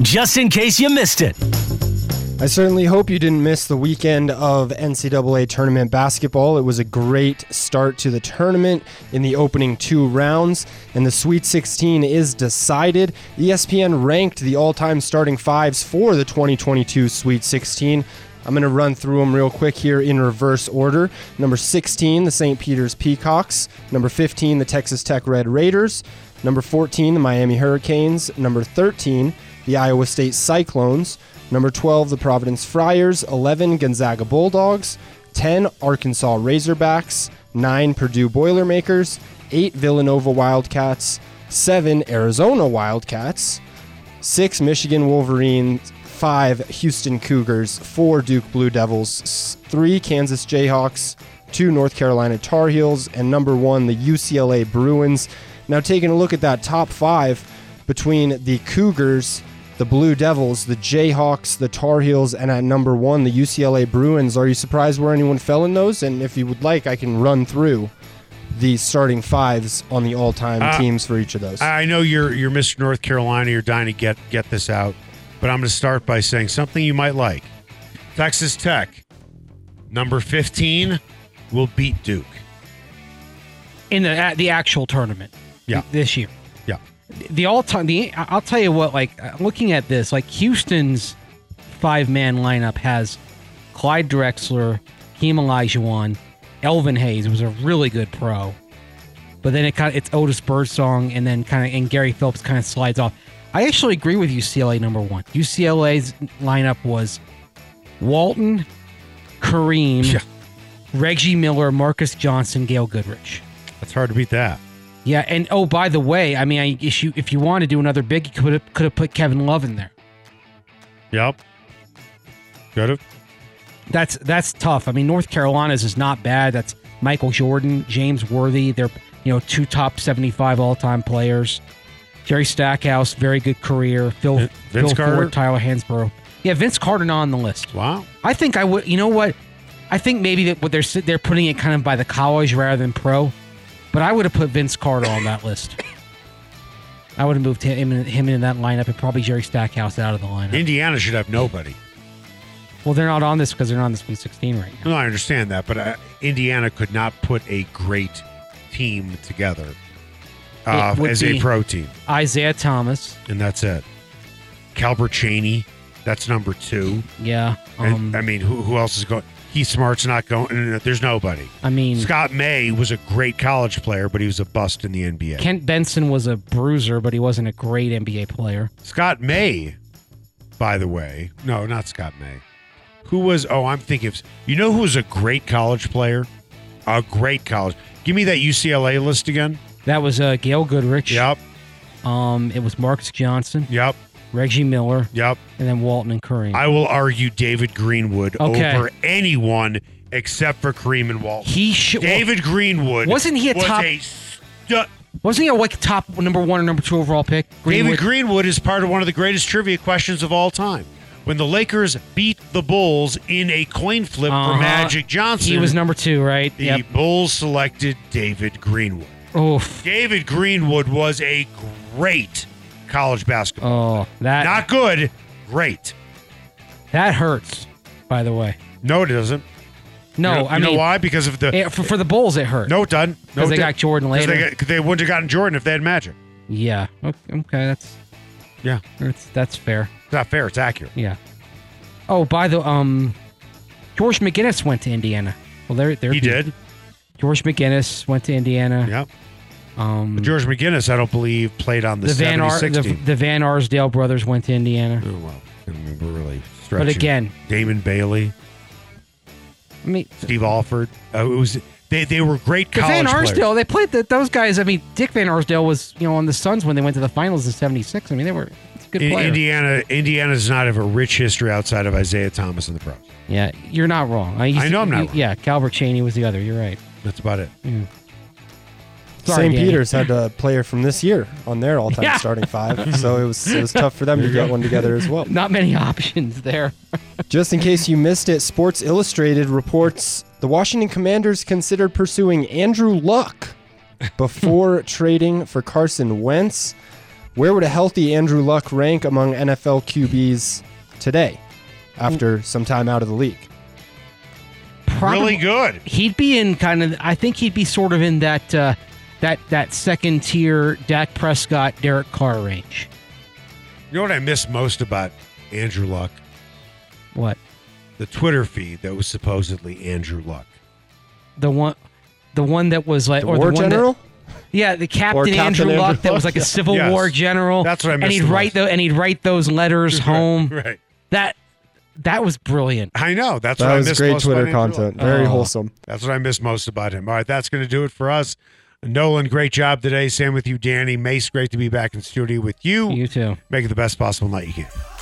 Speaker 1: Just in case you missed it.
Speaker 9: I certainly hope you didn't miss the weekend of NCAA tournament basketball. It was a great start to the tournament in the opening two rounds, and the Sweet 16 is decided. E ESPN ranked the all time starting fives for the 2022 Sweet 16. I'm going to run through them real quick here in reverse order. Number 16, the St. Peter's Peacocks. Number 15, the Texas Tech Red Raiders. Number 14, the Miami Hurricanes. Number 13, the Iowa State Cyclones. Number 12, the Providence Friars. 11, Gonzaga Bulldogs. 10, Arkansas Razorbacks. 9, Purdue Boilermakers. 8, Villanova Wildcats. 7, Arizona Wildcats. 6, Michigan Wolverines. 5, Houston Cougars. 4, Duke Blue Devils. s- 3, Kansas Jayhawks. 2, North Carolina Tar Heels. And number 1, the UCLA Bruins. Now, taking a look at that top five between the Cougars the Blue Devils, the Jayhawks, the Tar Heels, and at number one, the UCLA Bruins. Are you surprised where anyone fell in those? And if you would like, I can run through the starting fives on the all time
Speaker 2: Uh,
Speaker 9: teams for each of those.
Speaker 2: I know you're you're Mr. North Carolina. You're dying to get get this out, but I'm going to start by saying something you might like. Texas Tech, number 15, will beat Duke.
Speaker 3: in the at the actual tournament.
Speaker 2: Yeah.
Speaker 3: this year.
Speaker 2: Yeah.
Speaker 3: the all time. The I'll tell you what. Like uh, looking at this, like Houston's five man lineup has Clyde Drexler, Keem Olajuwon, Elvin Hayes was a really good pro, but then it kind of it's Otis Birdsong, and then kind of and Gary Phillips kind of slides off. I actually agree with UCLA number one. UCLA's lineup was Walton, Kareem,
Speaker 2: Yeah.
Speaker 3: Reggie Miller, Marcus Johnson, Gail Goodrich.
Speaker 2: That's hard to beat that.
Speaker 3: Yeah, and oh, by the way, I mean, I, if you if you want to do another big, you could have could have put Kevin Love in there.
Speaker 2: Yep. Could have.
Speaker 3: That's that's tough. I mean, North Carolina's is not bad. That's Michael Jordan, James Worthy. They're you know two top seventy five all time players. Jerry Stackhouse, very good career. Phil
Speaker 2: Vin- Vince
Speaker 3: Phil
Speaker 2: Carter?
Speaker 3: Ford, Tyler Hansborough. Yeah, Vince Carter not on the list.
Speaker 2: Wow.
Speaker 3: I think I would. You know what? I think maybe that what they're s- they're putting it kind of by the college rather than pro. But I would have put Vince Carter on that list. I would have moved him in- him in that lineup and probably Jerry Stackhouse out of the lineup.
Speaker 2: Indiana should have nobody.
Speaker 3: well, they're not on this because they're not on the Sweet 16 right now.
Speaker 2: No, I understand that, but uh, Indiana could not put a great team together uh,
Speaker 3: It would
Speaker 2: as a
Speaker 3: be-
Speaker 2: pro team,
Speaker 3: Isaiah Thomas,
Speaker 2: and that's it. Calbert Cheney, That's number two.
Speaker 3: Yeah. Um,
Speaker 2: and, I mean, who, who else is going? Heath Smart's not going. There's nobody.
Speaker 3: I mean,
Speaker 2: Scott May was a great college player, but he was a bust in the NBA.
Speaker 3: Kent Benson was a bruiser, but he wasn't a great NBA player.
Speaker 2: Scott May, by the way, no, not Scott May. Who was? Oh, I'm thinking. Of, you know who was a great college player? A great college. Give me that UCLA list again.
Speaker 3: That was uh, Gail Goodrich.
Speaker 2: Yep.
Speaker 3: Um, it was Marcus Johnson.
Speaker 2: Yep.
Speaker 3: Reggie Miller.
Speaker 2: Yep.
Speaker 3: And then Walton and Kareem.
Speaker 2: I will argue David Greenwood
Speaker 3: Okay.
Speaker 2: over anyone except for Kareem and Walton.
Speaker 3: he should.
Speaker 2: David Greenwood
Speaker 3: Wasn't he a
Speaker 2: was
Speaker 3: top-
Speaker 2: a stu-
Speaker 3: Wasn't he a like top number one or number two overall pick?
Speaker 2: David
Speaker 3: Greenwood?
Speaker 2: Greenwood is part of one of the greatest trivia questions of all time. When the Lakers beat the Bulls in a coin flip
Speaker 3: Uh-huh.
Speaker 2: for Magic Johnson,
Speaker 3: He was number two, right?
Speaker 2: the
Speaker 3: yep.
Speaker 2: Bulls selected David Greenwood.
Speaker 3: Oof.
Speaker 2: David Greenwood was a great college basketball.
Speaker 3: Oh, that
Speaker 2: Not good, great.
Speaker 3: that hurts. By the way,
Speaker 2: No, it doesn't.
Speaker 3: no,
Speaker 2: you know,
Speaker 3: I
Speaker 2: you
Speaker 3: mean
Speaker 2: know why? Because of the
Speaker 3: it- for, for the Bulls, it hurt.
Speaker 2: no, it doesn't. No, it
Speaker 3: 'Cause they
Speaker 2: didn't.
Speaker 3: got Jordan
Speaker 2: 'Cause They,
Speaker 3: later.
Speaker 2: got- they wouldn't have gotten Jordan if they had Magic.
Speaker 3: Yeah. Okay, okay, that's
Speaker 2: Yeah,
Speaker 3: that's that's fair.
Speaker 2: it's not fair. It's accurate.
Speaker 3: Yeah. Oh, by the um, George McGinnis went to Indiana. Well, there, there
Speaker 2: He did.
Speaker 3: George McGinnis went to Indiana.
Speaker 2: Yeah.
Speaker 3: Um,
Speaker 2: But George McGinnis, I don't believe, played on the,
Speaker 3: the Van Ar-
Speaker 2: 76
Speaker 3: the,
Speaker 2: team.
Speaker 3: the Van Arsdale brothers went to Indiana.
Speaker 2: Oh, well, I mean, we're really stretching.
Speaker 3: But again,
Speaker 2: Damon Bailey,
Speaker 3: I mean,
Speaker 2: Steve Alford. Uh, it was they. They were great
Speaker 3: the
Speaker 2: college
Speaker 3: Van
Speaker 2: players.
Speaker 3: Arsdale, they played the, those guys. I mean, Dick Van Arsdale was you know on the Suns when they went to the finals in '76. I mean, they were it's a good
Speaker 2: In,
Speaker 3: player.
Speaker 2: Indiana, Indiana does not have a rich history outside of Isaiah Thomas and the pros.
Speaker 3: yeah, you're not wrong. I, used
Speaker 2: I
Speaker 3: to-
Speaker 2: know I'm not
Speaker 3: you-
Speaker 2: wrong.
Speaker 3: Yeah, Calvert Cheney was the other. You're right.
Speaker 2: That's about it.
Speaker 3: Sorry,
Speaker 9: St.
Speaker 3: Danny.
Speaker 9: Peter's had a player from this year on their all-time
Speaker 3: Yeah.
Speaker 9: starting five, so it was it was tough for them to get one together as well.
Speaker 3: Not many options there.
Speaker 9: Just in case you missed it, Sports Illustrated reports the Washington Commanders considered pursuing Andrew Luck before trading for Carson Wentz. Where would a healthy Andrew Luck rank among NFL QBs today after some time out of the league?
Speaker 3: Probably
Speaker 2: Really good.
Speaker 3: he'd be in kind of I think he'd be sort of in that uh, that that second tier Dak Prescott Derek Carr range.
Speaker 2: You know what I miss most about Andrew Luck?
Speaker 3: What
Speaker 2: The Twitter feed that was supposedly Andrew Luck.
Speaker 3: the one the one that was like
Speaker 9: The
Speaker 3: or
Speaker 9: War
Speaker 3: the one that-
Speaker 9: General?
Speaker 3: yeah the Captain,
Speaker 9: Captain
Speaker 3: Andrew
Speaker 9: Andrew
Speaker 3: Luck that was
Speaker 9: Luck,
Speaker 3: like a
Speaker 9: yeah.
Speaker 3: Civil
Speaker 2: Yes.
Speaker 3: War general.
Speaker 2: That's what I
Speaker 3: And
Speaker 2: miss
Speaker 3: he'd
Speaker 2: the
Speaker 3: write
Speaker 2: most.
Speaker 3: the and he'd write those letters home.
Speaker 2: Right.
Speaker 3: That that was brilliant.
Speaker 2: I know. That's
Speaker 9: That
Speaker 2: what I
Speaker 9: was
Speaker 2: miss
Speaker 9: great
Speaker 2: most about
Speaker 9: Twitter
Speaker 2: Andrew Luck.
Speaker 9: content. Very
Speaker 3: Oh.
Speaker 9: wholesome.
Speaker 2: That's what I miss most about him. All right, that's going to do it for us. Nolan, great job today. Same with you, Danny. Mace, great to be back in studio with you.
Speaker 3: You too.
Speaker 2: Make it the best possible night you can.